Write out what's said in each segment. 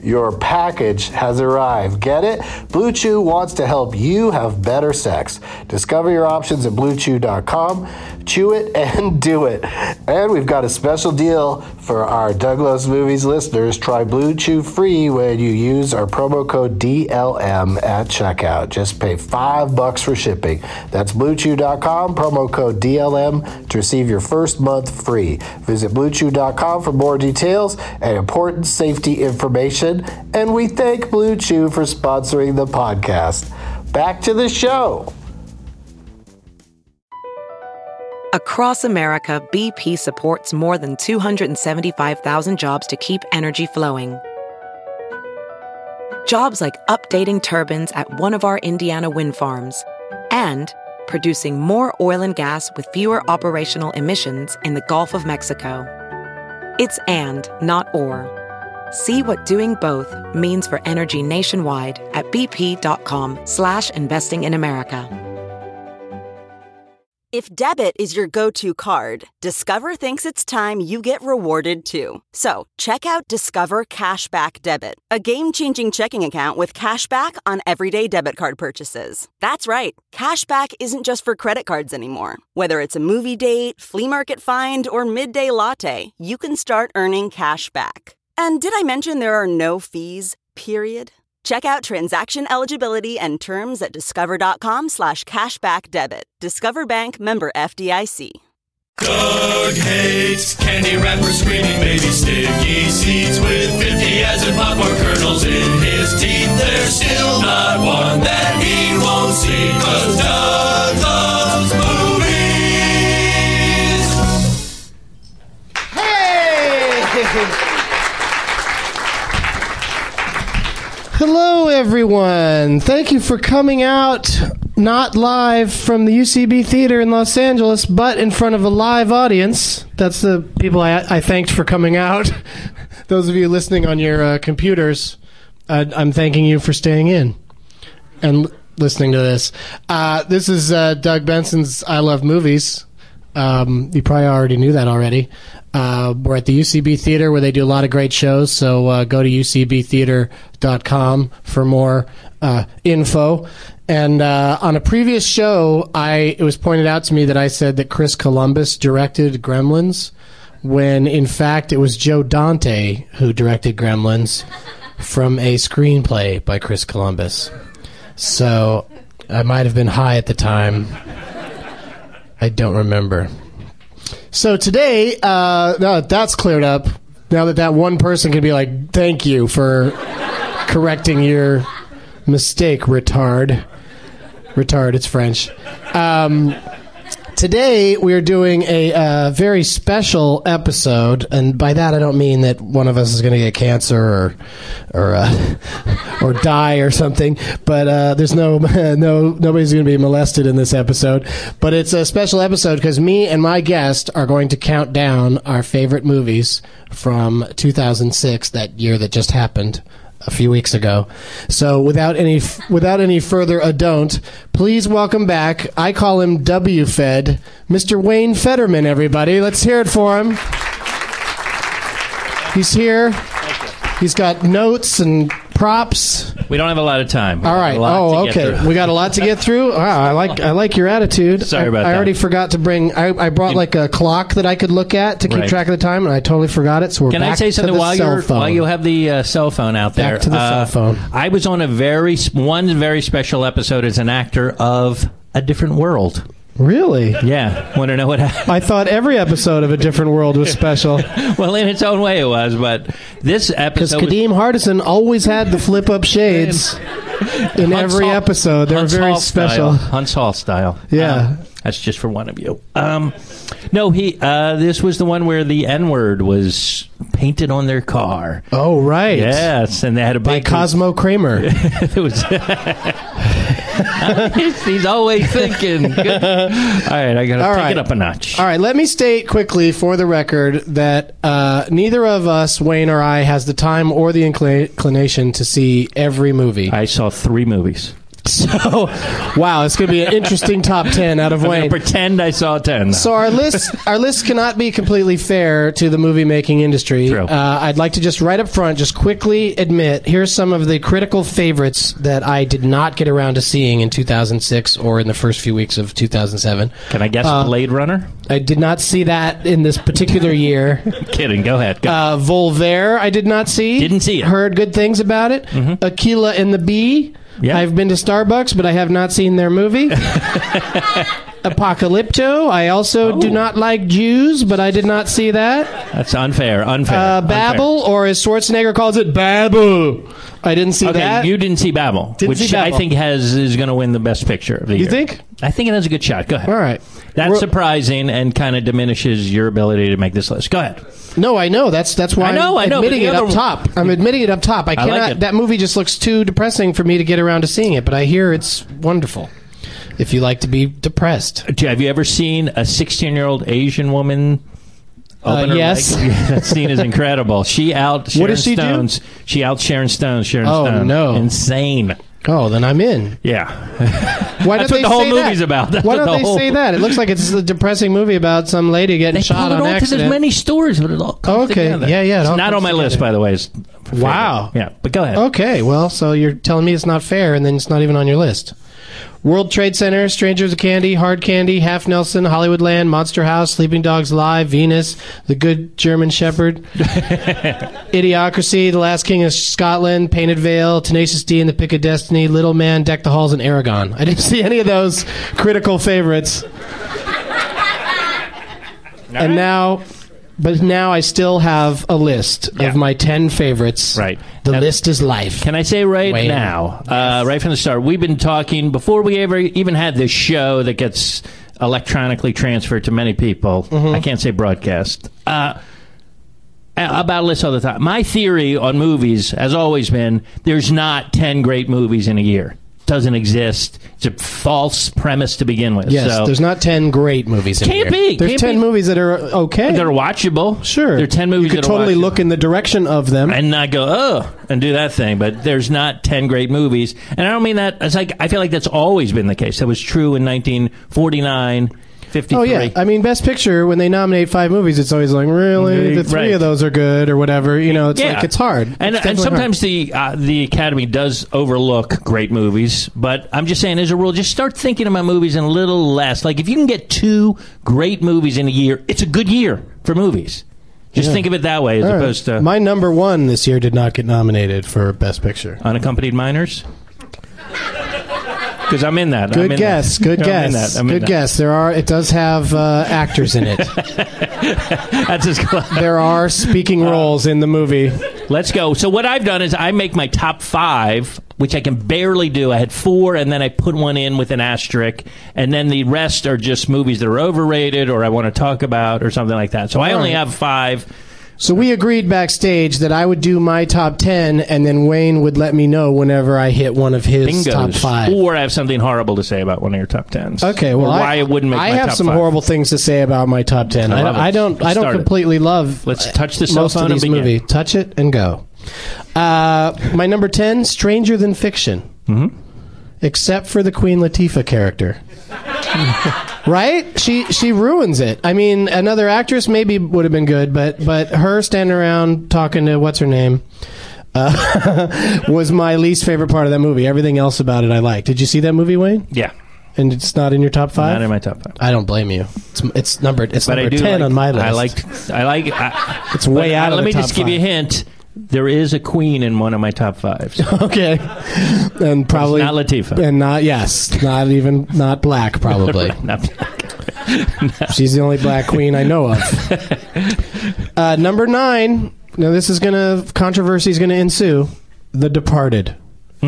your package has arrived. Get it? Blue Chew wants to help you have better sex. Discover your options at bluechew.com. Chew it and do it. And we've got a special deal for our Douglas Movies listeners. Try Blue Chew free when you use our promo code DLM at checkout. Just pay 5 bucks for shipping. That's bluechew.com promo code DLM to receive your first month free. Visit bluechew.com for more details and important safety information and we thank Blue Chew for sponsoring the podcast. Back to the show. Across America, BP supports more than 275,000 jobs to keep energy flowing. Jobs like updating turbines at one of our Indiana wind farms and producing more oil and gas with fewer operational emissions in the Gulf of Mexico. It's and, not or. See what doing both means for energy nationwide at bp.com slash investing in America. If debit is your go-to card, Discover thinks it's time you get rewarded too. So check out Discover Cashback Debit, a game-changing checking account with cashback on everyday debit card purchases. That's right. Cashback isn't just for credit cards anymore. Whether it's a movie date, flea market find, or midday latte, you can start earning cash back. And did I mention there are no fees, period? Check out transaction eligibility and terms at discover.com slash cashback debit. Discover Bank member FDIC. Doug hates candy wrappers, screaming baby sticky seeds with 50 as in popcorn kernels in his teeth. There's still not one that he won't see, cause Doug loves movies. Hey! Hello, everyone. Thank you for coming out, not live from the UCB Theater in Los Angeles, but in front of a live audience. That's the people I, I thanked for coming out. Those of you listening on your uh, computers, uh, I'm thanking you for staying in and l- listening to this. Uh, this is Doug Benson's I Love Movies. Um, you probably already knew that already. Uh, we're at the UCB Theater where they do a lot of great shows. So uh, go to ucbtheater.com for more uh, info. And uh, on a previous show, I it was pointed out to me that I said that Chris Columbus directed Gremlins, when in fact it was Joe Dante who directed Gremlins from a screenplay by Chris Columbus. So I might have been high at the time. I don't remember. So today, uh, now that that's cleared up, now that that one person can be like, "Thank you for correcting your mistake, retard." Retard, it's French. Um, today we are doing a uh, very special episode, and by that I don't mean that one of us is going to get cancer or or uh, or die or something. But uh, there's no no nobody's going to be molested in this episode. But it's a special episode because me and my guest are going to count down our favorite movies from 2006, that year that just happened a few weeks ago. So without any without any further ado, please welcome back. I call him W Fed, Mr. Wayne Fetterman. Everybody, let's hear it for him. He's here. He's got notes and props. We don't have a lot of time. We All have right. a lot Oh, to get okay. through. We got a lot to get through. Wow, I like I like your attitude. Sorry I, about I that. already forgot to bring. I, I brought like a clock that I could look at to keep Right. track of the time, and I totally forgot it. So we're Can back I say to something the while cell you're phone. while you have the uh, cell phone out there? Back to the cell Uh, phone. I was on a very s- one very special episode as an actor of A Different World. really? Yeah, want to know what? happened? I thought every episode of A Different World was special well, in its own way, it was. But this because episode, was- Kadeem Hardison always had the flip up shades in Hunts every Hall- episode. They were Hunts very Hall special. Style. Hunts Hall style. Yeah. Um, that's just for one of you. Um, no, he. Uh, this was the one where the N word was painted on their car. Oh right. Yes, and they had a By big Cosmo Kramer. It was. he's, he's always thinking. Good. All right, I gotta All take right. it up a notch. All right, let me state quickly for the record that uh, neither of us, Wayne or I, has the time or the inclina- inclination to see every movie. I saw three movies. So, wow, it's going to be an interesting top 10 out of I'm gonna Wayne. pretend I saw ten. So our list, our list cannot be completely fair to the movie making industry. True. Uh, I'd like to just right up front, just quickly admit here's some of the critical favorites that I did not get around to seeing in 2006 or in the first few weeks of 2007. Can I guess Uh, Blade Runner? I did not see that in this particular year. Kidding. Go ahead. Go. Uh, Volver, I did not see. Didn't see it. Mm-hmm. Heard good things about it. Aquila and the Bee. Yeah. I've been to Starbucks, but I have not seen their movie. Apocalypto. I also Oh. do not like Jews, but I did not see that. That's unfair. Unfair. Uh, unfair. Babel, or as Schwarzenegger calls it, Babel. I didn't see Okay, that. you didn't see Babel, Didn't which see Babel. I think has is going to win the best picture of the You year. think? I think it has a good shot. Go ahead. All right. That's Ro- surprising and kind of diminishes your ability to make this list. Go ahead. No, I know. That's that's why I know, I'm I know, but admitting the it up other- top. I'm admitting it up top. I like cannot. it. that movie just looks too depressing for me to get around to seeing it. But I hear it's wonderful. If you like to be depressed, Do- Have you ever seen a 16 year old Asian woman? Uh, open her yes. leg? Yeah, that scene is incredible. She out. Sharon does she do? Stones. She out Sharon Stones. Sharon Oh, Stone. no. Insane. oh, then I'm in. Yeah. Why don't That's what they the whole say that? movie's about. That's Why what don't the they whole- say that? It looks like it's a depressing movie about some lady getting They shot pulled on it off to accident. Oh, there's many stories, but it all comes Okay. together. Yeah, yeah, it It's all not comes on my list, by the way. It's Wow. Yeah, but go ahead. Okay, well, so you're telling me it's not fair, and then it's not even on your list. World Trade Center, Strangers of Candy, Hard Candy, Half Nelson, Hollywoodland, Monster House, Sleeping Dogs Live, Venus, The Good German Shepherd, Idiocracy, The Last King of Scotland, Painted Veil, Tenacious D and the Pick of Destiny, Little Man, Deck the Halls, and Aragon. I didn't see any of those critical favorites. And now, but now I still have a list Yeah. of my 10 favorites. Right. The Now- list is life. Can I say right Wait. now, uh, right from the start, we've been talking before we ever even had this show that gets electronically transferred to many people. Mm-hmm. I can't say broadcast. Uh, a- about lists all the time. My theory on movies has always been there's not 10 great movies in a year. Doesn't exist. It's a false premise to begin with. Yes, so there's not ten great movies. In Can't here. be, There's can't ten be. movies that are okay. they're watchable. sure. There are 10 movies You could that are totally watchable. look in the direction of them. and not go oh and do that thing but there's not 10 great movies and i don't mean that it's like i feel like that's always been the case that was true in 1949 53 oh yeah, I mean, Best Picture when they nominate five movies, it's always like really the three Right. of those are good or whatever. You know, it's Yeah. like it's hard. and, It's and definitely sometimes the uh, the academy does overlook great movies but i'm just saying as a rule just start thinking about movies in a little less like if you can get two great movies in a year it's a good year for movies just think of it that way as hard. All right. opposed to my number one this year did not get nominated for Best Picture. unaccompanied minors because I'm in that. I'm Good in guess. that. Good I'm in guess. that. I'm in Good that. guess. There are. It does have uh, actors in it. That's Uh, as close. there are speaking roles in the movie. Let's go. So what I've done is I make my top five, which I can barely do. I had four, and then I put one in with an asterisk, and then the rest are just movies that are overrated or I want to talk about or something like that. So I only right. have five. So we agreed backstage that I would do my top 10 and then Wayne would let me know whenever I hit one of his Bingos, top 5. or I have something horrible to say about one of your top tens. Okay, well or I, why it wouldn't make I my have top some five. horrible things to say about my top 10. I I, love it. I don't I don't Start it. completely love Let's touch the cell most phone of and these begin. movie. Touch it and go. Uh, my number 10 Stranger Than Fiction. Mhm. Mm-hmm. Except for the Queen Latifah character. Right? She she ruins it. I mean, another actress maybe would have been good, but but her standing around talking to what's her name uh, was my least favorite part of that movie. Everything else about it I liked. Did you see that movie, Wayne? Yeah. And it's not in your top five. Not in my top five. I don't blame you. It's, it's numbered. It's But I number do ten like- on my list. I like. I like. I, It's way but, uh, out of Let the me top just give you a five. hint. There is a queen in one of my top fives. Okay, and probably not Latifah. and not yes, not even not black. Probably Not- she's the only black queen I know of. Uh, number nine. Now this is gonna controversy is gonna ensue. The Departed. that's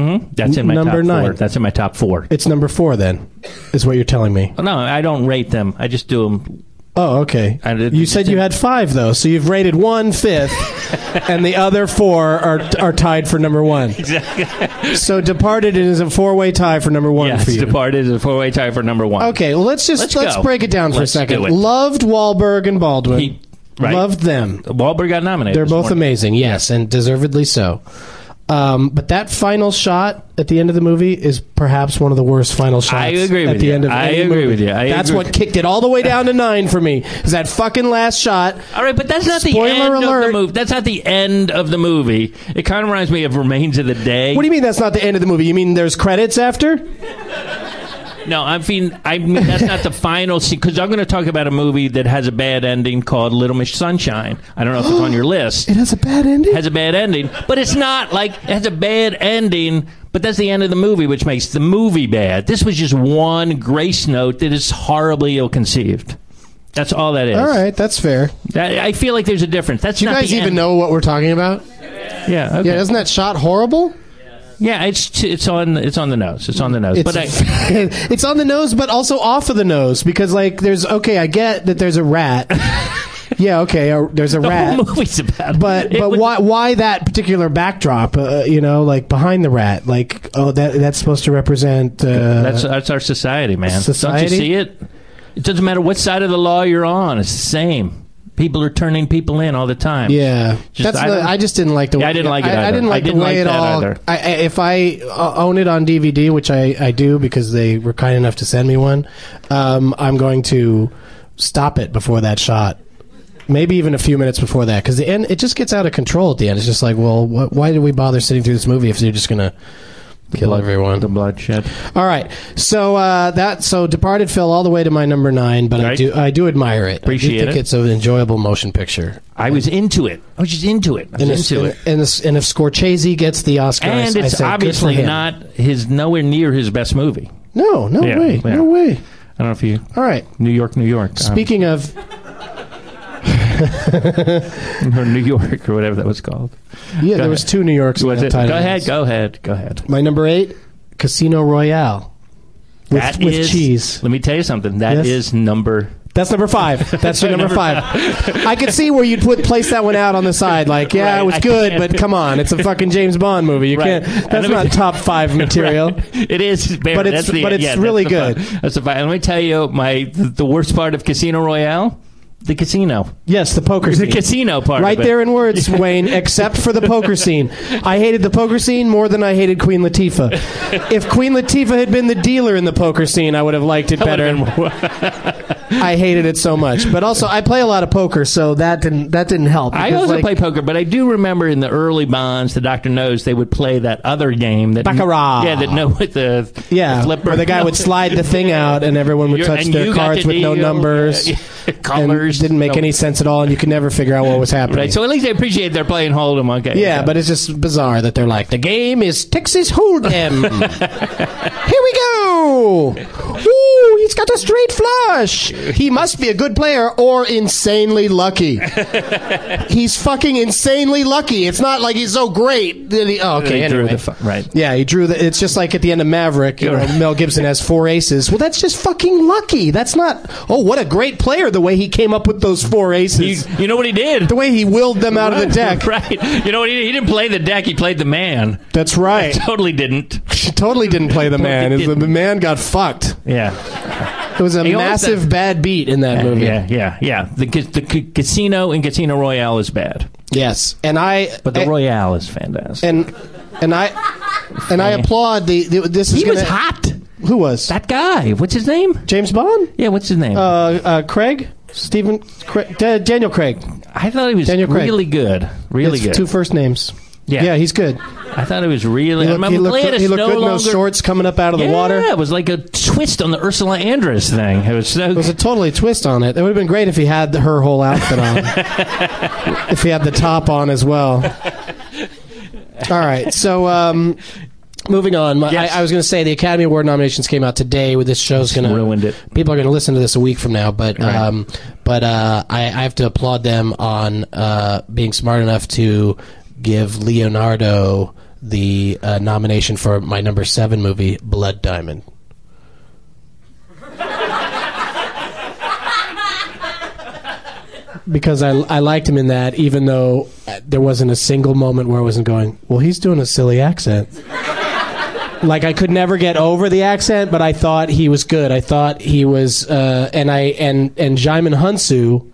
in my Hmm? Number top four. nine. That's in my top four. It's number four then, is what you're telling me. No, I don't rate them. I just do them. Oh, okay. I didn't- You said you had five though, so you've rated one fifth, and the other four are are tied for number one. Exactly. So Departed is a four way tie for number one Yes, for you. Departed is a four-way tie for number one. Okay, well, let's just Let's let's, go. break it down for Let's a second. do it. Loved Wahlberg and Baldwin. He- right. Loved them. Wahlberg got nominated. They're this both morning. amazing, yes, and deservedly so. Um, but that final shot at the end of the movie is perhaps one of the worst final shots. I agree at with the you. end of I any agree movie. with you. I That's agree what with kicked it all the way down to nine for me. Is that fucking last shot? All right, but that's not the Spoiler end of the alert. movie. That's not the end of the movie. It kind of reminds me of Remains of the Day. What do you mean that's not the end of the movie? You mean there's credits after? No, I mean, I mean that's not the final scene because I'm going to talk about a movie that has a bad ending called Little Miss Sunshine. I don't know if it's on your list. It has a bad ending. has a bad ending, but it's not like it has a bad ending. But that's the end of the movie, which makes the movie bad. This was just one grace note that is horribly ill conceived. That's all that is. all right, that's fair. That- I feel like there's a difference. That's Do you not guys the even end. know what we're talking about? Yeah. Okay. Yeah, isn't that shot horrible? Yeah, it's it's on it's on the nose. It's on the nose. It's, but I, it's on the nose, but also off of the nose because, like, there's okay. I get that there's a rat. yeah, okay. uh there's a the rat, whole movie's about. but it but was- why why that particular backdrop? Uh, you know, like behind the rat, like oh that that's supposed to represent. Uh, That's that's our society, man. Don't Society? you see it? It doesn't matter what side of the law you're on. It's the same. People are turning people in all the time. yeah, Just- that's I I, the, don't- I just didn't like the. Yeah, way, I didn't like it I, either. didn't I like didn't the way like it that all. either. I, I, if I uh, own it on DVD, which I, I do because they were kind enough to send me one, um, I'm going to stop it before that shot. Maybe even a few minutes before that, because the end it just gets out of control at the end. It's just like, well, wh- why did we bother sitting through this movie if they're just gonna kill everyone? The bloodshed. All right, so uh, that so Departed fell all the way to my number nine, but I Right. do I do admire it. Appreciate I do think it. it's an enjoyable motion picture. I was into it. I was just into it. I And, was if- into and, it. and if- and if Scorsese gets the Oscar, I- And I say, good it's for obviously him. not his nowhere near his best movie. No, no Yeah, way, yeah. no way. I don't know if you All right. New York, New York. um, Speaking of, or New York or whatever that was called. yeah, there was ahead. two New Yorks. in Was that it? Go title. ahead, go ahead, go ahead. My number eight, Casino Royale, with, That with is- cheese. Let me tell you something. That is Yes? number. That's number five. That's your number five. I could see where you'd put place that one out on the side, like, yeah, Right, it was I good, can't. but come on, it's a fucking James Bond movie. You Right. can't. And That's let me- not top five material. It is, bare. But it's- that's the, but it's yeah, that's really the fun- good. That's the fun. And Let me tell you, my the, the worst part of Casino Royale, the casino, Yes, the poker. the scene. casino part, Right of it. there in words, Wayne, except for the poker scene. I hated the poker scene more than I hated Queen Latifah. If Queen Latifah had been the dealer in the poker scene, I would have liked it better. I hated it so much. But also, I play a lot of poker, so that didn't that didn't help. I because, also like, play poker, but I do remember in the early bonds, the doctor knows they would play that other game that Baccarat. Yeah, that no with the Yeah, the flipper. where the guy would slide the thing out, and everyone would You're- touch and you their got cards to with no deal, numbers. yeah, yeah, and colors didn't make no- any sense at all, and you could never figure out what was happening. Right, so at least I appreciate they're playing Hold'em. Okay, Yeah, okay. but it's just bizarre that they're like, the game is Texas Hold'em. Here we go. Ooh, he's got a straight flush. He must be a good player or insanely lucky. he's fucking insanely lucky. It's not like he's so great. that he- oh, okay, They drew anyway. the fu- right. Yeah, he drew the. It's just like at the end of Maverick, you know, Right. Mel Gibson has four aces. Well, that's just fucking lucky. That's not. Oh, what a great player! The way he came up with those four You, aces, you know what he did? the way he willed them out of the deck. right? You know what he did? He didn't play the deck. He played the man. That's right. Totally didn't. She totally didn't play the man. Totally It was- The didn't. man got fucked. Yeah, It was a He always massive said- bad beat in that movie. yeah, yeah, yeah. The ca- the ca- casino and Casino Royale is bad, Yes, and I. but the and, Royale is fantastic. and and I and I applaud the, the this is he was gonna- hot. Who was That guy. What's his name? James Bond? Yeah, what's his name? Uh, uh, Craig. Stephen Cra- Da- Daniel Craig. I thought he was Daniel Craig. really good. Really It's good. Two first names. Yeah, Yeah, he's good. I thought it was really. He I'm, looked, he I'm looked glad good, it's he looked no good in longer. those shorts coming up out of the yeah, water. it was like a twist on the Ursula Andress thing. It was so. It was a totally twist on it. It would have been great if he had her whole outfit on. if he had the top on as well. All right. So, um, moving on. My, Yes. I, I was going to say the Academy Award nominations came out today. Where this show's going to ruined it. People are going to listen to this a week from now, but Right. um, but uh, I, I have to applaud them on uh, being smart enough to give Leonardo the uh, nomination for my number seven movie, Blood Diamond. because I, I liked him in that, even though uh, there wasn't a single moment where I wasn't going, well, he's doing a silly accent. like, I could never get over the accent, but I thought he was good. I thought he was, uh, and I, and, and Jaimin Hunsu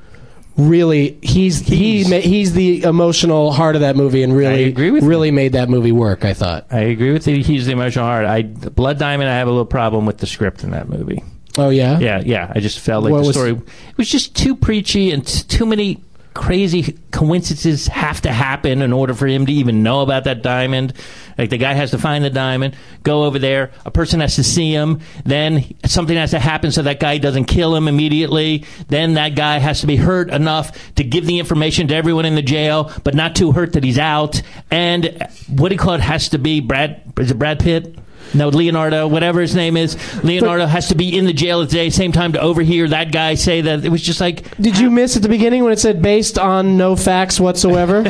really, he's, he's, He's- he, ma- he's the emotional heart of that movie and really, I agree with you. really made that movie work, I thought. I agree with you. He's the emotional heart. I Blood Diamond. I have a little problem with the script in that movie. Oh, yeah? Yeah, yeah. I just felt like What the was- story it was just too preachy and t- too many crazy coincidences have to happen in order for him to even know about that diamond. Like the guy has to find the diamond, go over there, a person has to see him, then something has to happen so that guy doesn't kill him immediately. Then that guy has to be hurt enough to give the information to everyone in the jail, but not too hurt that he's out. And what do you call it has to be Brad is it Brad Pitt? No, Leonardo, whatever his name is, Leonardo has to be in the jail at the same time to overhear that guy say that. It was just like, Did you miss at the beginning when it said based on no facts whatsoever?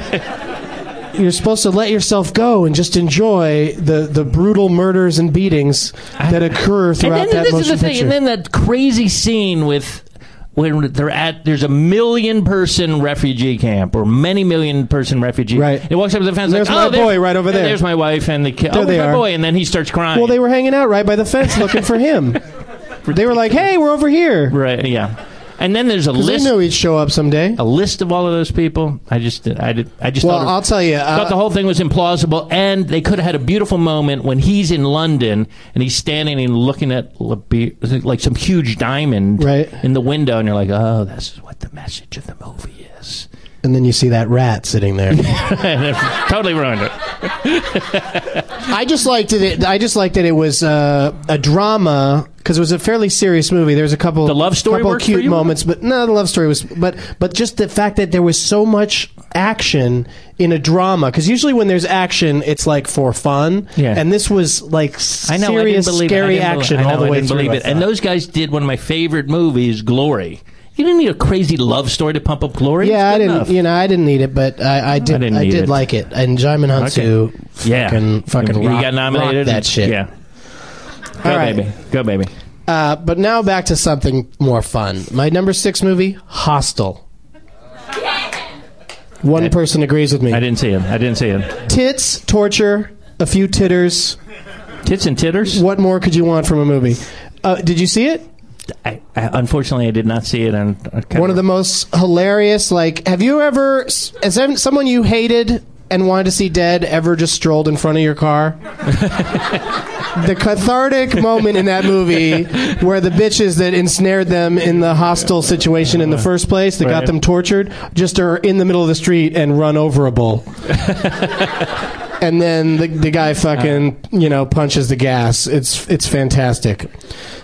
You're supposed to let yourself go and just enjoy the, the brutal murders and beatings that occur and throughout then that this is motion the thing, picture. and then that crazy scene with when they're at there's a million person refugee camp or many million person refugee. Right. It walks up to the fence. There's like, my oh, there- boy right over and there." There's my wife and the kid. There oh, they there's my are. boy, and then he starts crying. well, they were hanging out right by the fence looking for him. They were like, "Hey, we're over here." right. Yeah. And then there's a 'Cause list. They knew he'd show up someday. a list of all of those people. I just, I did, I just. Well, thought it- I'll tell you, uh, thought the whole thing was implausible, and they could have had a beautiful moment when he's in London and he's standing and looking at la- be- like some huge diamond Right. in the window, and you're like, oh, this is what the message of the movie is. And then you see that rat sitting there. and it totally ruined it. I just liked it. I just liked that it was uh, a drama because it was a fairly serious movie. There was a couple The love story couple worked cute for you? moments, but no, the love story was. But but just the fact that there was so much action in a drama because usually when there's action, it's like for fun. Yeah. And this was like I know, I serious, didn't believe scary it. I didn't action believe, I all know, the I way didn't through. Believe I it. And thought. those guys did one of my favorite movies, Glory. You didn't need a crazy love story to pump up Glory. yeah, It's I good didn't. enough. You know, I didn't need it, but I, I did. I, didn't need did it. like it. And Jaimin Hansu, Okay. Yeah, fucking fucking he rock- got nominated. rocked that and- shit. Yeah, go All right. baby, go baby. Uh, but now back to something more fun. My number six movie, Hostel. One person agrees with me. I didn't see him. I didn't see him. Tits, torture, a few titters. Tits and titters. What more could you want from a movie? Uh, did you see it? I, I, unfortunately, I did not see it. And I kind One of the most hilarious. Like, have you ever, as someone you hated and wanted to see dead, ever just strolled in front of your car? the cathartic moment in that movie where the bitches that ensnared them in the hostile situation in the first place that got Right. them tortured just are in the middle of the street and run overable. and then the, the guy fucking you know punches the gas. It's it's fantastic.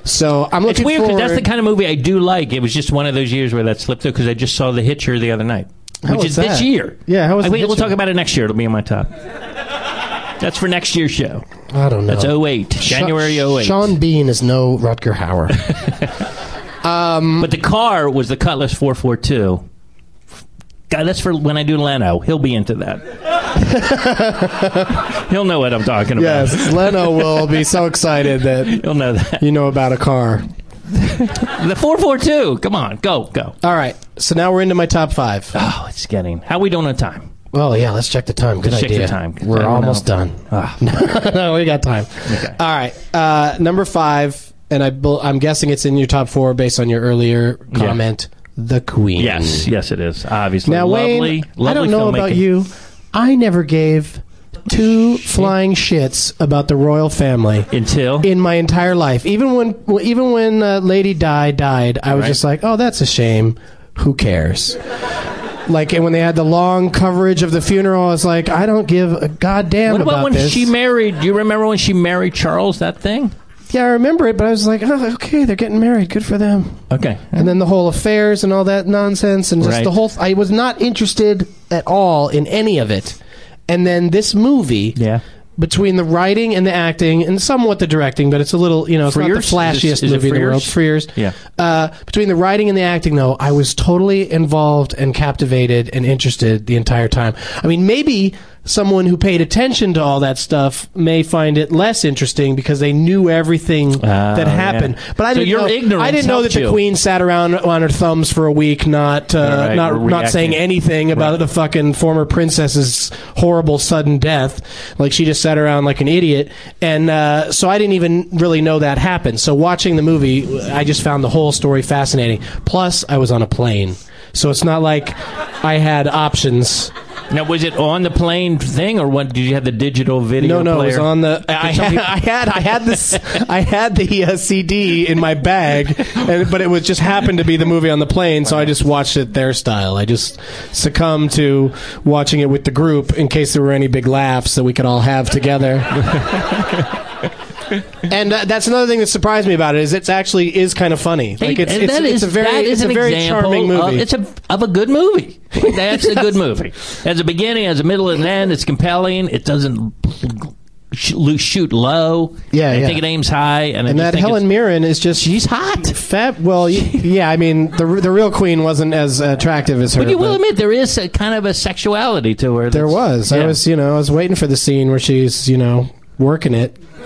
So I'm It's looking weird because forward. that's the kind of movie I do like. It was just one of those years where that slipped through because I just saw The Hitcher the other night, which was is that? this year. Yeah, how was I, The wait, We'll Hitcher? talk about it next year. It'll be on my top. That's for next year's show. I don't know. That's 08, January 08. Oh. Sean Bean is no Rutger Hauer. But the car was the Cutlass 442. God, that's for when I do Leno. He'll be into that. He'll know what I'm talking about. yes, Leno will be so excited that He'll know that. you know about a car. The 442. Come on, go, go. All right, so now we're into my top five. Oh, it's getting. How we doing on time? Well, yeah, let's check the time. Good Let's check idea. the time. I We're don't almost know. Ah. done. no, we got time. Okay. All right, uh, number five, and I, bel- I'm guessing it's in your top four based on your earlier comment. The Queen. Yes, yes, it is. Obviously, Now, lovely, Wayne, lovely I don't know filmmaking. about you. I never gave two flying shits about the royal family until in my entire life. Even when even when uh, Lady Di died, I was Right. just like, "Oh, that's a shame. Who cares?" Like, and when they had the long coverage of the funeral, I was like, I don't give a goddamn What about when this. she married? Do you remember when she married Charles? That thing? yeah, I remember it, but I was like, oh, okay, they're getting married. Good for them. Okay. and then the whole affairs and all that nonsense and just Right. the whole I was not interested at all in any of it. And then this movie Yeah. between the writing and the acting and somewhat the directing, but it's a little, you know, it's Frears? not the flashiest Is it- is it movie in the Frears? world. Frears. Yeah. Uh, between the writing and the acting, though, I was totally involved and captivated and interested the entire time. I mean, maybe someone who paid attention to all that stuff may find it less interesting because they knew everything that Ah, yeah. happened. But I So didn't your know, I ignorance didn't know that helped the you. queen sat around on her thumbs for a week, not uh, All right, not we're not saying reacting. anything about the fucking former princess's horrible sudden death. Like she just sat around like an idiot, and uh, so I didn't even really know that happened. So watching the movie, I just found the whole story fascinating. Plus, I was on a plane, so it's not like I had options. Now, was it on the plane thing, or what? Did you have the digital video? No, no, player? it was on the. I, I, some had, people- I had, I had this, I had the uh, CD in my bag, and, but it was just happened to be the movie on the plane, so I just watched it their style. I just succumbed to watching it with the group in case there were any big laughs that we could all have together. And uh, that's another thing that surprised me about it is it's actually is kind of funny. Like it's, And it's, that it's is- a very that is it's a an very example charming of- movie. it's a of a good movie. That's a good movie. As a beginning, as a middle, and an end. It's compelling. It doesn't sh- lo- shoot low. Yeah, I yeah. think it aims high, and, I and just that think Helen it's- Mirren is just she's hot. Fab. Well, y- yeah. I mean, the the real queen wasn't as attractive as her. But you will but admit there is a kind of a sexuality to her. there that's- was. I yeah. was, you know, I was waiting for the scene where she's, you know, working it.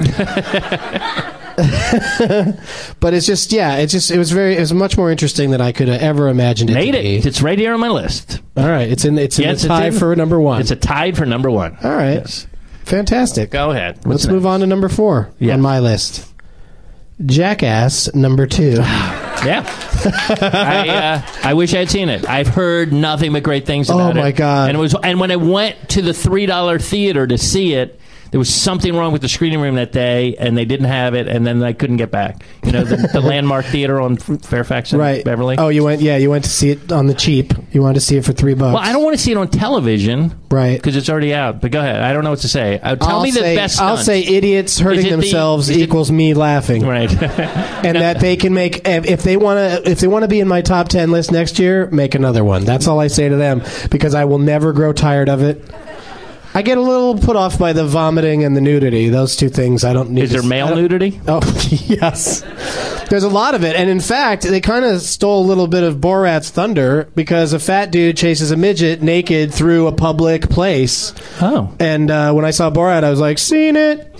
but it's just, yeah, it's just, it was very, it was much more interesting than I could have ever imagined it. Made to it. be. It's right here on my list. All right, it's in, it's in Yes, the it's tie in- for number one. It's a tied for number one. All right, Yes. fantastic. Go ahead. Let's move on to number four Yeah. on my list. Jackass number two. Yeah. I, uh, I wish I had seen it. I've heard nothing but great things Oh, about it. my God. And it was and when I went to the three dollar theater to see it, there was something wrong with the screening room that day, and they didn't have it, and then I couldn't get back. You know, the, the landmark theater on F- Fairfax and right, Beverly. Oh, you went, yeah, you went to see it on the cheap. You wanted to see it for three bucks. well, I don't want to see it on television Right. because it's already out. But go ahead. I don't know what to say. Uh, tell I'll me the say, best. I'll stunts. say idiots Is hurting it the- themselves is it- equals me laughing, right. and that they can make if if they want to if they want to be in my top ten list next year, make another one. That's all I say to them because I will never grow tired of it. I get a little put off by the vomiting and the nudity. Those two things I don't need. Is to- there I male don't- nudity? Oh yes, there's a lot of it, and in fact, they kind of stole a little bit of Borat's thunder because a fat dude chases a midget naked through a public place. Oh. And uh, when I saw Borat, I was like, "Seen it,"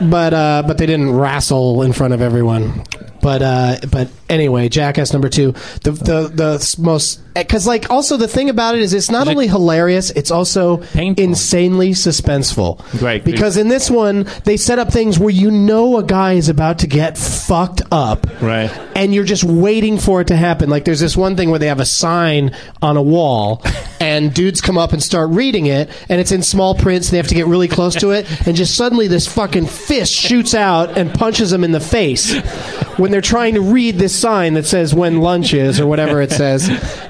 but uh, but they didn't wrestle in front of everyone. But uh, but anyway, Jackass number two, the the the s- most because like also the thing about it is it's not it- only hilarious, it's also Painful. insanely suspenseful. Right. Because in this one, they set up things where you know a guy is about to get fucked up Right. and you're just waiting for it to happen. Like there's this one thing where they have a sign on a wall, and dudes come up and start reading it, and it's in small prints. And they have to get really close to it, and just suddenly this fucking fist shoots out and punches them in the face when they're trying to read this sign that says when lunch is or whatever it says.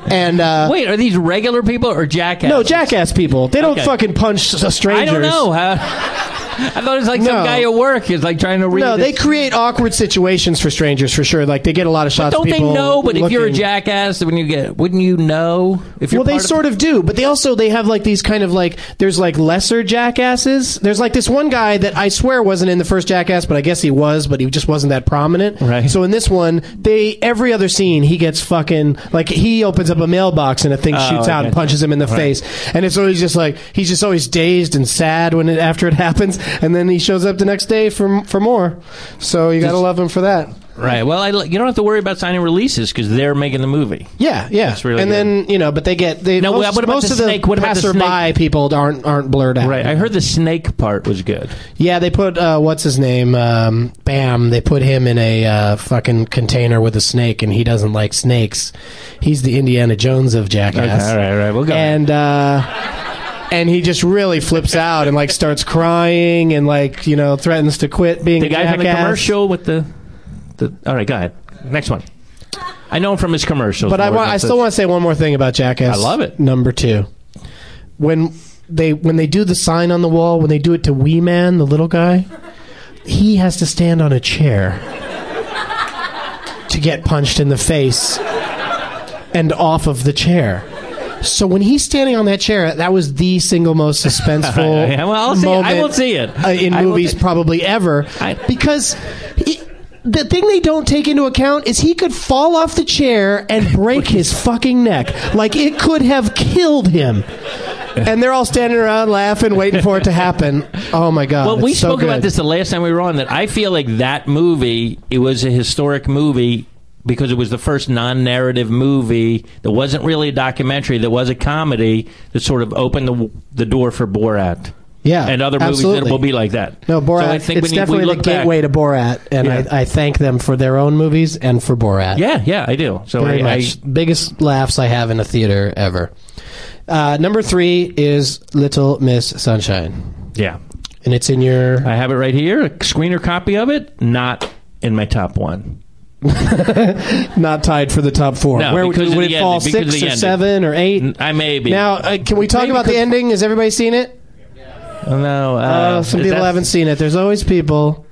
And uh, Wait, are these regular people or jackasses? no, jackass people, they don't Okay. fucking punch s- uh, strangers. I don't know. Huh? I thought it was like No. some guy at work is like trying to read. No, this- they create awkward situations for strangers for sure. Like they get a lot of shots. of Don't they people know? But if you're a looking- jackass, when you get, wouldn't you know? If you're well, they part sort of do, but they also they have like these kind of like there's like lesser jackasses. There's like this one guy that I swear wasn't in the first Jackass, but I guess he was, but he just wasn't that prominent. Right. So in this one, they every other scene he gets fucking like he opens up a mailbox and a thing shoots out okay. and punches him in the face, and it's always just like he's just always dazed and sad when it after it happens, and then he shows up the next day for for more. So you gotta love him for that. right. Well, I, you don't have to worry about signing releases because they're making the movie. Yeah, yeah. really and good. then you know, but they get they Now, most, what about most the of the snake? What about the passerby snake? people aren't aren't blurred out. Right. I heard the snake part was good. Yeah, they put uh, what's his name, um, Bam. They put him in a uh, fucking container with a snake, and he doesn't like snakes. He's the Indiana Jones of Jackass. Okay, all right, all right, we'll go. And uh, and he just really flips out and like starts crying and like you know threatens to quit being The a guy jackass. from the commercial with the, the. All right, go ahead. Next one. I know him from his commercials. But I, Lord want, I knows still that- want to say one more thing about Jackass. I love it. Number two, when they when they do the sign on the wall, when they do it to Wee Man, the little guy, he has to stand on a chair to get punched in the face and off of the chair. So when he's standing on that chair, that was the single most suspenseful Yeah, well, I'll see- I moment will see it. uh, in I will movies see- probably ever I- because. he- the thing they don't take into account is he could fall off the chair and break his fucking neck. Like it could have killed him. And they're all standing around laughing, waiting for it to happen. Oh my god! Well, we it's so spoke about good. this the last time we were on. That I feel like that movie it was a historic movie because it was the first non-narrative movie that wasn't really a documentary, that was a comedy that sort of opened the the door for Borat. Yeah, and other movies absolutely. that will be like that. No, Borat. So I think it's when you- definitely we the look back- gateway to Borat, and Yeah. I, I thank them for their own movies and for Borat. Yeah, yeah, I do. So very I, much. Biggest laughs I have in a theater ever. Uh, number three is Little Miss I, Sunshine, yeah, and it's in your. I have it right here. A screener copy of it, not in my top one. not tied for the top four. No, Where would, because of would it the fall? ending, Six or because of the ending. seven or eight? N- I may be Now, uh, can we talk Maybe about the because- ending? Has everybody seen it? Oh, no, uh, Uh, some is people that- haven't seen it. There's always people.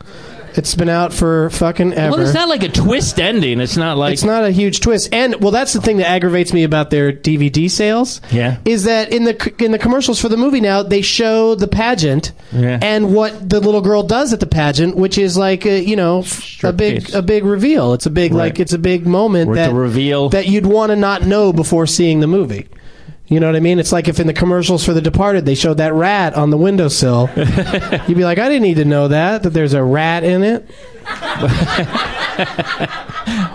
It's been out for fucking ever. Well, it's not like a twist ending. It's not like it's not a huge twist. And well, that's the thing that aggravates me about their DVD sales. Yeah. is that in the in the commercials for the movie now they show the pageant Yeah. and what the little girl does at the pageant, which is like a, you know a big Striptease. a big reveal. It's a big Right. like it's a big moment Where it's that a reveal. that you'd want to not know before seeing the movie. You know what I mean? It's like if in the commercials for The Departed they showed that rat on the windowsill, you'd be like, I didn't need to know that that there's a rat in it.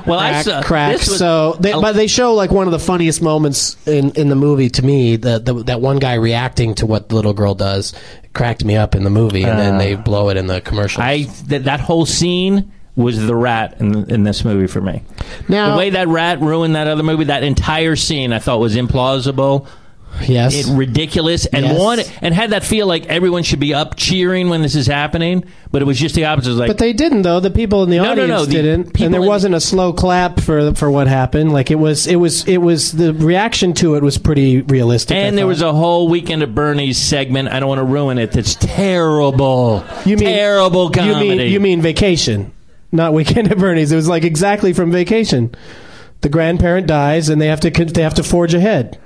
well, I crack, saw, crack. This was, so, they, a- but they show like one of the funniest moments in, in the movie to me. The, the that one guy reacting to what the little girl does cracked me up in the movie, and then they blow it in the commercial. Uh. I th- that whole scene was the rat in in this movie for me. now, the way that rat ruined that other movie, that entire scene, I thought was implausible, yes, it ridiculous, and Yes. one and had that feel like everyone should be up cheering when this is happening, but it was just the opposite. It was Like but they didn't though. The people in the No, no, audience no, the didn't, people and there in the- wasn't a slow clap for for what happened. Like it was, it was, it was the reaction to it was pretty realistic. I And there thought. was a whole weekend at Bernie's segment. I don't want to ruin it. That's terrible. You mean- terrible you comedy? mean you mean vacation, not Weekend at Bernie's. It was like exactly from Vacation. The grandparent dies, and they have to con- they have to forge ahead.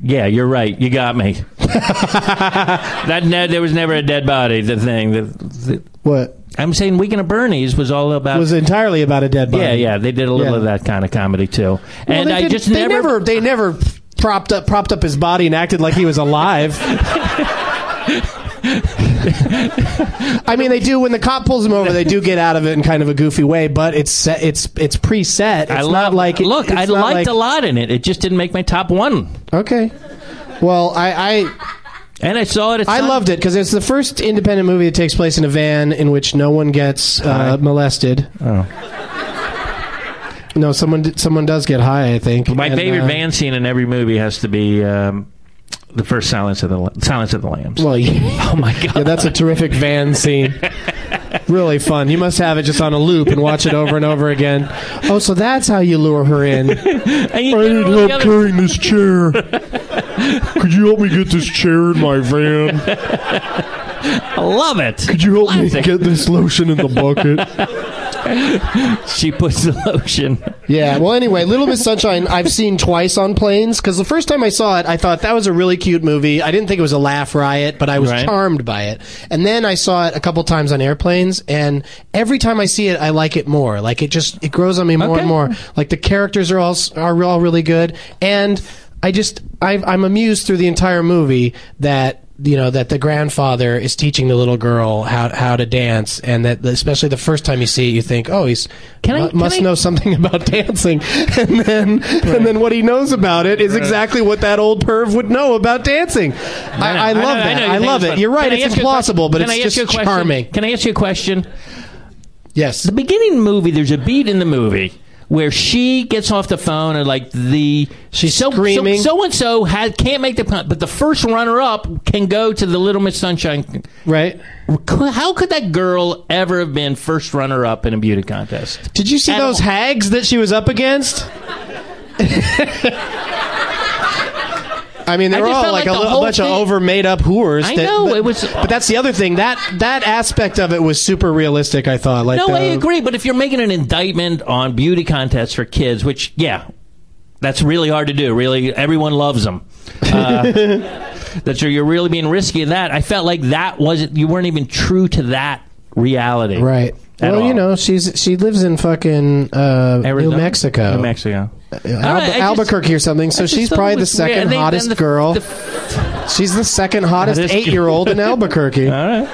Yeah, you're right. You got me. that ne- there was never a dead body. The thing that that- What I'm saying, Weekend at Bernie's was all about. it was entirely about a dead body? yeah, yeah, they did a little Yeah. of that kind of comedy too. Well, and they I didn't- just they never, never they never propped up propped up his body and acted like he was alive. I mean, they do when the cop pulls him over. They do get out of it in kind of a goofy way, but it's set, it's it's preset. It's I not love like it- look. it's I not liked like- a lot in it. It just didn't make my top one. Okay, well, I, I And I saw it. At I Sun- loved it because it's the first independent movie that takes place in a van in which no one gets uh, molested. Oh. No, someone d- someone does get high. I think My And, favorite uh, van scene in every movie has to be um, the first Silence of the La- Silence of the Lambs. Well, yeah, oh my god! yeah, that's a terrific van scene. Really fun. You must have it just on a loop and watch it over and over again. Oh, so that's how you lure her in. And you get all the other- carrying this chair. Could you help me get this chair in my van? I love it. Could you help me Classic. get this lotion in the bucket? She puts the lotion. Yeah. Well, anyway, Little Miss Sunshine I've seen twice on planes because the first time I saw it, I thought that was a really cute movie. I didn't think it was a laugh riot, but I was Right. charmed by it. And then I saw it a couple times on airplanes, and every time I see it, I like it more. Like it just it grows on me more Okay. and more. Like the characters are all s- are all really good, and I just i I'm amused through the entire movie that. You know that the grandfather is teaching the little girl how how to dance, and that especially the first time you see it, you think, "Oh, he's Can I- mu- can must I- know something about dancing, and then and then what he knows about it is exactly what that old perv would know about dancing. I, I know- love that. I, know you think love it's it. fun. You're right. Can I it's ask you a implausible, question? but Can I it's ask you a just question? charming. Can I ask you a question? Yes. The beginning of the movie, there's a beat in the movie where she gets off the phone and like the She's so, screaming. So and so had can't make the punt, but the first runner up can go to the Little Miss Sunshine. Right. How could that girl ever have been first runner up in a beauty contest? Did you see Animal- those hags that she was up against? I mean, I they're just all felt like, like a the little whole bunch of thing- over made up whores. I that- know, but, it was- But that's the other thing that that aspect of it was super realistic. I thought. Like, No, the, I agree. But if you're making an indictment on beauty contests for kids, which yeah, that's really hard to do. Really, everyone loves them. Uh, that you're, you're really being risky in that. I felt like that wasn't. You weren't even true to that reality. Right. At well, all. you know, she's she lives in fucking uh, Arizona? New Mexico, New Mexico. Albu- I just- Albuquerque or something. So I just she's thought probably it the was weird. second And they- then hottest the- girl. the- she's the second hottest Hottest- eight-year-old in Albuquerque. all right.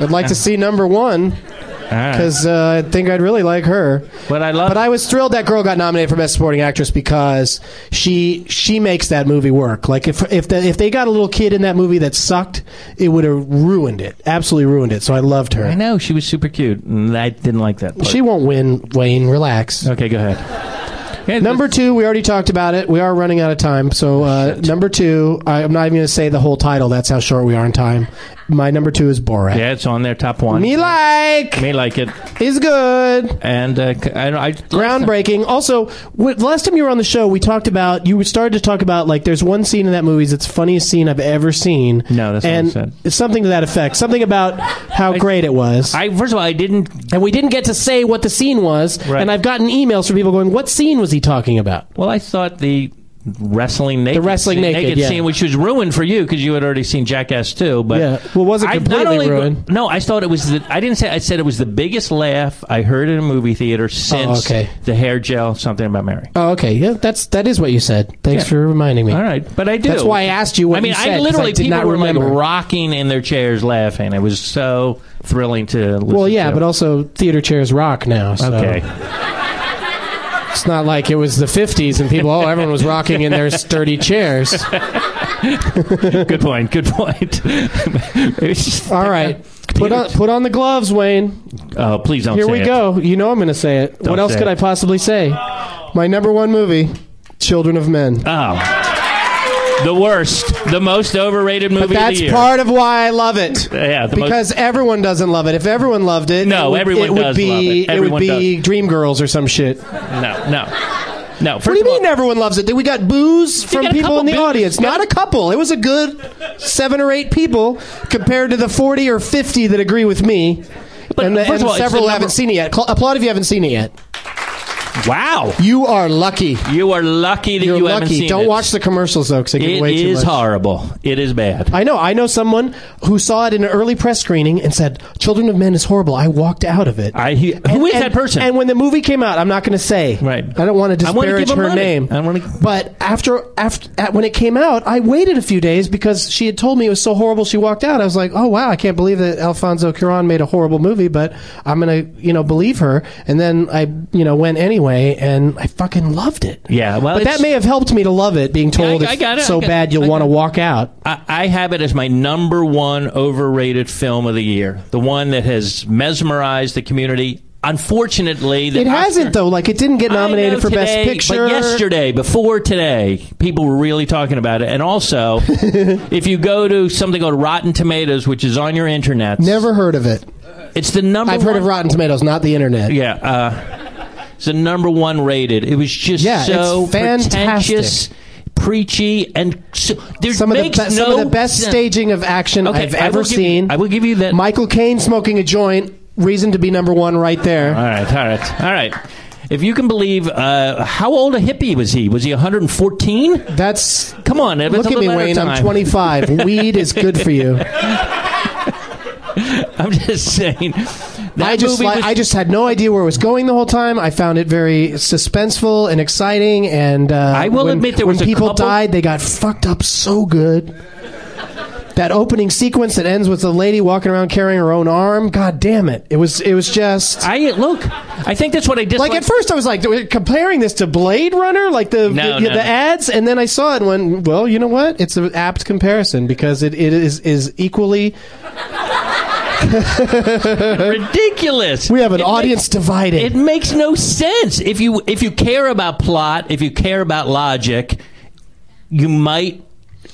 I'd like to see number one All right. because uh, I think I'd really like her. But I love. But I was thrilled that girl got nominated for best supporting actress because she she makes that movie work. Like if if the, if they got a little kid in that movie that sucked, it would have ruined it. Absolutely ruined it. So I loved her. I know she was super cute, and I didn't like that. Part. She won't win, Wayne. Relax. Okay, go ahead. Yeah, Number two, we already talked about it. We are running out of time. So, uh, number two, I, I'm not even going to say the whole title. That's how short we are on time. My number two is Borat. Yeah, it's on there, top one. Me like Me like it, is good. and uh, c- I, don't- I groundbreaking. Also, with, last time you were on the show, we talked about you started to talk about like there's one scene in that movie that's the funniest scene I've ever seen. No, that's what I and said. it's something to that effect. Something about how great it was. I first of all, I didn't. and we didn't get to say what the scene was. Right. And I've gotten emails from people going, "What scene was he talking about?" Well, I thought the wrestling naked, wrestling scene, naked, yeah. scene, which was ruined for you because you had already seen Jackass too. But Yeah. Well, it wasn't I- not completely only- ruined. No, I thought it was. The, I didn't say. I said it was the biggest laugh I heard in a movie theater since Oh, okay. the hair gel, something about Mary. Oh, okay. Yeah, that's that is what you said. Thanks Yeah. for reminding me. All right, but I do. That's why I asked you what I mean, you said, I 'cause literally I did people not were remember. like rocking in their chairs, laughing. It was so thrilling to. listen Well, yeah, to. but also uh, theater chairs rock now. So okay. It's not like it was the 50s and people, oh, everyone was rocking in their sturdy chairs. good point. Good point. oh, All right. Put on put on the gloves, Wayne. Uh, please don't. Here say we it. go. You know I'm going to say it. what else say could it. I possibly say? My number one movie, Children of Men. Oh. The worst, the most overrated movie but that's of the year. part of why I love it. yeah, the most- because everyone doesn't love it. If everyone loved it, No, it would, everyone it would does be love it. Everyone would be Dreamgirls or some shit. What no, no, no. First do you of all, mean everyone loves it? We got booze from got a people in the couple boos. audience. Not a couple. It was a good seven or eight people compared to the 40 or 50 that agree with me. But and uh, first and of all, it's the several number- haven't seen it yet. Cla- applaud if you haven't seen it yet. Wow, You are lucky. you are lucky that You're you haven't lucky. seen Don't it. watch the commercials though, because it get It way too is much. horrible. It is bad. I know. I know someone who saw it in an early press screening and said, "Children of Men is horrible." I walked out of it. I, he, who is And- and- that person? And when the movie came out, I'm not going to say. Right. I don't want to I wanna give disparage him her money. name. I wanna- But after after at, when it came out, I waited a few days because she had told me it was so horrible. She walked out. I was like, oh wow, I can't believe that Alfonso Cuarón made a horrible movie. But I'm gonna you know believe her. And then I you know went anyway, and I fucking loved it. Yeah, well, but it's- that may have helped me to love it. Being told I- I it's got it, I so got- bad I you'll got want to it. walk out. I, I have it as my number one overrated film of the year. The one that has mesmerized the community. Unfortunately, the It Oscar- hasn't though. Like it didn't get I nominated know for best today, picture. But yesterday, before today, people were really talking about it. And also, if you go to something called Rotten Tomatoes, which is on your internet, Never heard of it. It's the number. I've heard of one- Rotten Tomatoes, not the internet. Yeah. Uh, it's the number one rated. It was just Yeah, it's so pretentious, fantastic. preachy, and so, there some of the makes be- some no of the best sense. staging of action Okay, I've I will ever give you- seen. I will give you that. Michael Caine smoking a joint, reason to be number one right there. All right, all right, all right. If you can believe, uh, how old a hippie was he? Was he 114? That's Come on, Evan. look it's a at me, little matter Wayne. of I'm time. 25. Weed is good for you. I'm just saying. That I just movie like, was- I just had no idea where it was going the whole time. I found it very suspenseful and exciting. And uh, I will when, admit there when was a people couple- died, they got fucked up so good. That opening sequence that ends with the lady walking around carrying her own arm. God damn it! It was it was just. I look. I think that's what I dislike. Like at first, I was like "We're comparing this to Blade Runner, like the No, the, no. the ads, and then I saw it. and went, well, you know what? It's an apt comparison because it, it is is equally. ridiculous. We have an It audience divided. Makes, it makes no sense. If you if you care about plot, if you care about logic, you might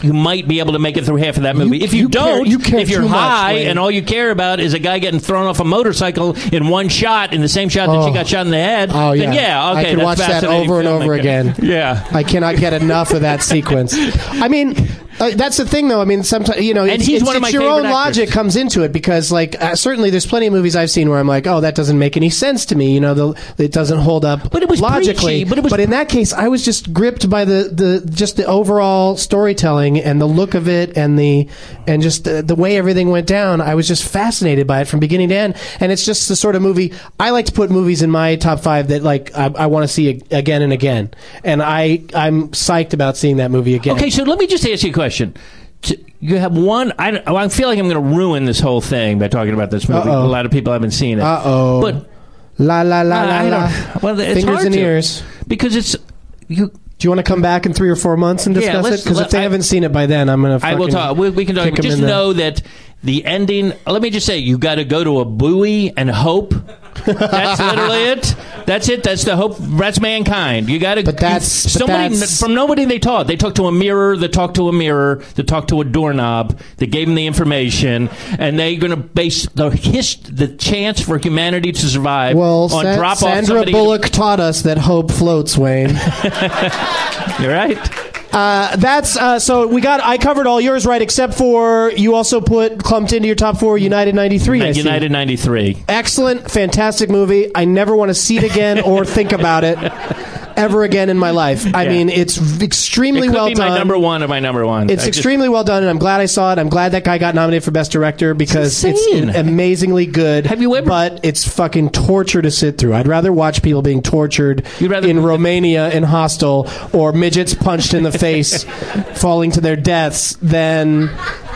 you might be able to make it through half of that movie. if you, you care- don't, you care if you're too much, high Wayne. and all you care about is a guy getting thrown off a motorcycle in one shot, in the same shot that Oh. you got shot in the head, Oh, then yeah. yeah, I okay, could that's watch that fascinating over and over filmmaking. again. Yeah. I cannot get enough of that sequence. I mean, uh, that's the thing, though. I mean, sometimes you know, it's, he's it's- one of it's my your own favorite actors. logic comes into it because, like, uh, certainly there's plenty of movies I've seen where I'm like, oh, that doesn't make any sense to me. You know, the, it doesn't hold up. But it was logically. preachy, but it was- in that case, I was just gripped by the, the just the overall storytelling and the look of it and the and just the, the way everything went down. I was just fascinated by it from beginning to end. And it's just the sort of movie I like to put movies in my top five that like I, I want to see ag- again and again. And I I'm psyched about seeing that movie again. Okay, so let me just ask you a question. T- You have one. I, don't- I feel like I'm going to ruin this whole thing by talking about this movie. Uh-oh. A lot of people haven't seen it. Uh-oh. But La la la la I la. don't. Well, it's Fingers hard and to, ears. because it's you. Do you want to come back in three or four months and Yeah, discuss it? let's- Because if let- they I- haven't seen it by then, I'm gonna. I will fucking talk. We, we can talk. kick But 'em just in the- know that the ending. Let me just say, you got to go to a buoy and hope. That's literally it. That's it. That's the hope. That's mankind. You got to. But that's- but somebody that's- from nobody. They taught. They talked to a mirror. They talked to a mirror. They talked to a doorknob. They gave them the information, and they're going to base the hist- the chance for humanity to survive Well, on Sa- drop off Sandra somebody. Bullock taught us that hope floats, Wayne. You're right. uh, that's uh, so we got. I covered all yours right, except for you also put clumped into your top four United '93. I see. United ninety three. excellent, fantastic movie. I never want to see it again or think about it ever again in my life. I Yeah. mean, it's v- It extremely could well be done. my number one of my number one. It's I just- extremely well done, and I'm glad I saw it. I'm glad that guy got nominated for Best Director because it's, insane. amazingly good. Have you ever- But it's fucking torture to sit through. I'd rather watch people being tortured You'd rather- in Romania in Hostel or midgets punched in the face, falling to their deaths than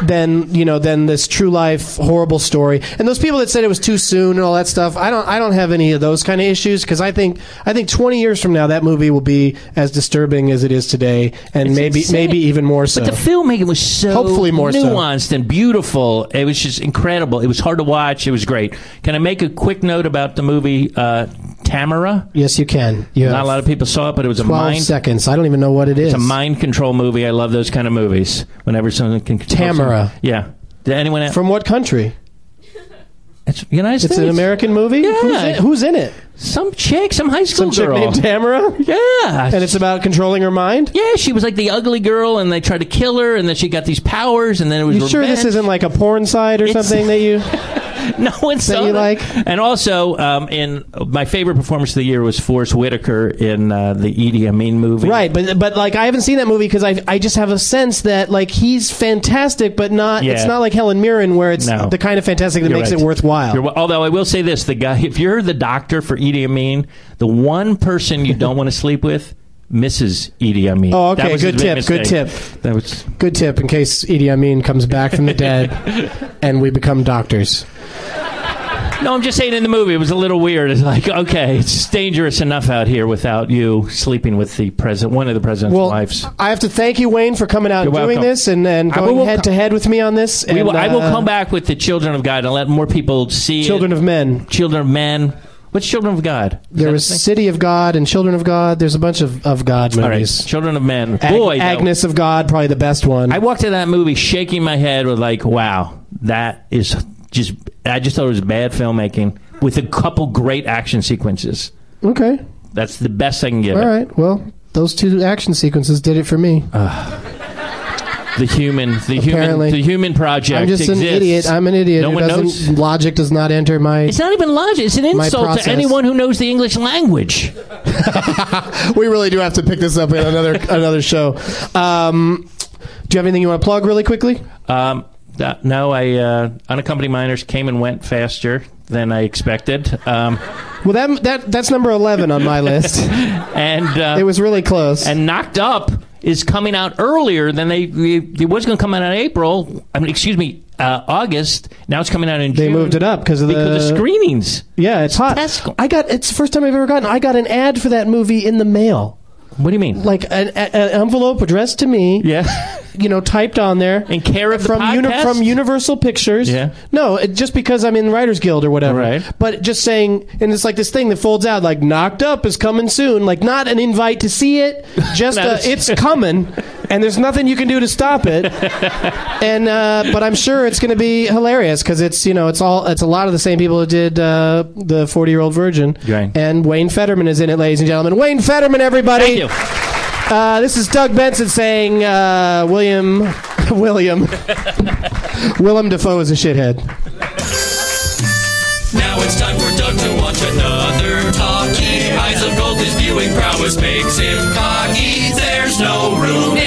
than you know than this true life horrible story. And those people that said it was too soon and all that stuff, I don't I don't have any of those kind of issues because I think I think 20 years from now that movie will be as disturbing as it is today, and It's maybe insane. maybe even more so. But the filmmaking was so Hopefully more so. nuanced and beautiful. It was just incredible. It was hard to watch. It was great. Can I make a quick note about the movie uh, Tamara? Yes, you can. You Not a lot of people saw it, but it was a 12 mind. seconds. I don't even know what it is. It's a mind control movie. I love those kind of movies. Whenever someone can control Tamara. someone. yeah. Did anyone? Else? From what country? it's United It's States. an American movie? Yeah. Who's, in, who's in it? Some chick, some high Some school chick girl. named Tamara? yeah. And it's about controlling her mind? yeah, she was like the ugly girl, and they tried to kill her, and then she got these powers, and then it was. You sure this revenge. isn't like a porn site or It's- something that you. no one saw you it. like? And also, um, in my favorite performance of the year was Forrest Whitaker in uh, the Idi Amin movie. Right, but but like I haven't seen that movie because I I just have a sense that like he's fantastic, but not it's Yeah. not like Helen Mirren where it's No. the kind of fantastic that You're makes right. it worthwhile. You're- although I will say this: the guy, if you're the doctor for Idi Amin, the one person you don't want to sleep with. Mrs. Idi Amin. Oh, That okay. was Good his big tip, good mistake. That was Good tip in case Idi Amin comes back from the dead and we become doctors. no. I'm just saying in the movie it was a little weird. It's like okay, it's dangerous enough out here without you sleeping with the president, one of the president's Well, wives. I have to thank you, Wayne, for coming out and You're doing welcome. this and, and I going will- head to head with me on this. We and, will- I will uh, come back with the children of God and let more people see it. Children of Men. Children of Men. What's Children of God? Is that There a was thing? City of God and Children of God. There's a bunch of, of God All right, movies. Children of Men. Ag- Boy, though, Agnes of God, probably the best one. I walked into that movie shaking my head with like, wow, that is just. I just thought it was bad filmmaking with a couple great action sequences. okay. That's the best I can give. All it. right. Well, those two action sequences did it for me. Uh, The human, the Apparently. human, the human project. I'm just an exists. idiot. I'm an idiot. No who one doesn't, knows. Logic does not enter my. It's not even logic. It's an insult process. to anyone who knows the English language. We really do have to pick this up in another another show. Um, do you have anything you want to plug really quickly? Um, th- no, I uh, unaccompanied minors came and went faster than I expected, um, Well, that, that that's number eleven on my list. and uh, it was really close. and knocked up is coming out earlier than they it was going to come out in April. I mean, excuse me, uh, August. Now it's coming out in They June. moved it up because of the because of screenings. Yeah, it's hot. Tesco. I got it's the first time I've ever gotten. I got an ad for that movie in the mail, What do you mean? like an, a- an envelope addressed to me. yeah, you know, typed on there In care of the from podcast? from Universal Pictures. Yeah. no, it, just because I'm in Writers Guild or whatever. Right. but just saying, and it's like this thing that folds out, like "Knocked Up" is coming soon. Like not an invite to see it, just That a, is- it's coming, and and there's nothing you can do to stop it. and uh, but I'm sure it's going to be hilarious because it's you know it's all it's a lot of the same people who did uh, the 40 year old virgin. Right. And Wayne Fetterman is in it, ladies and gentlemen. Wayne Fetterman, everybody. Thank you. Uh, this is Doug Benson saying uh, William William Willem Dafoe is a shithead. Now it's time for Doug to watch another talkie. Eyes of gold, his viewing prowess makes him cocky. There's no room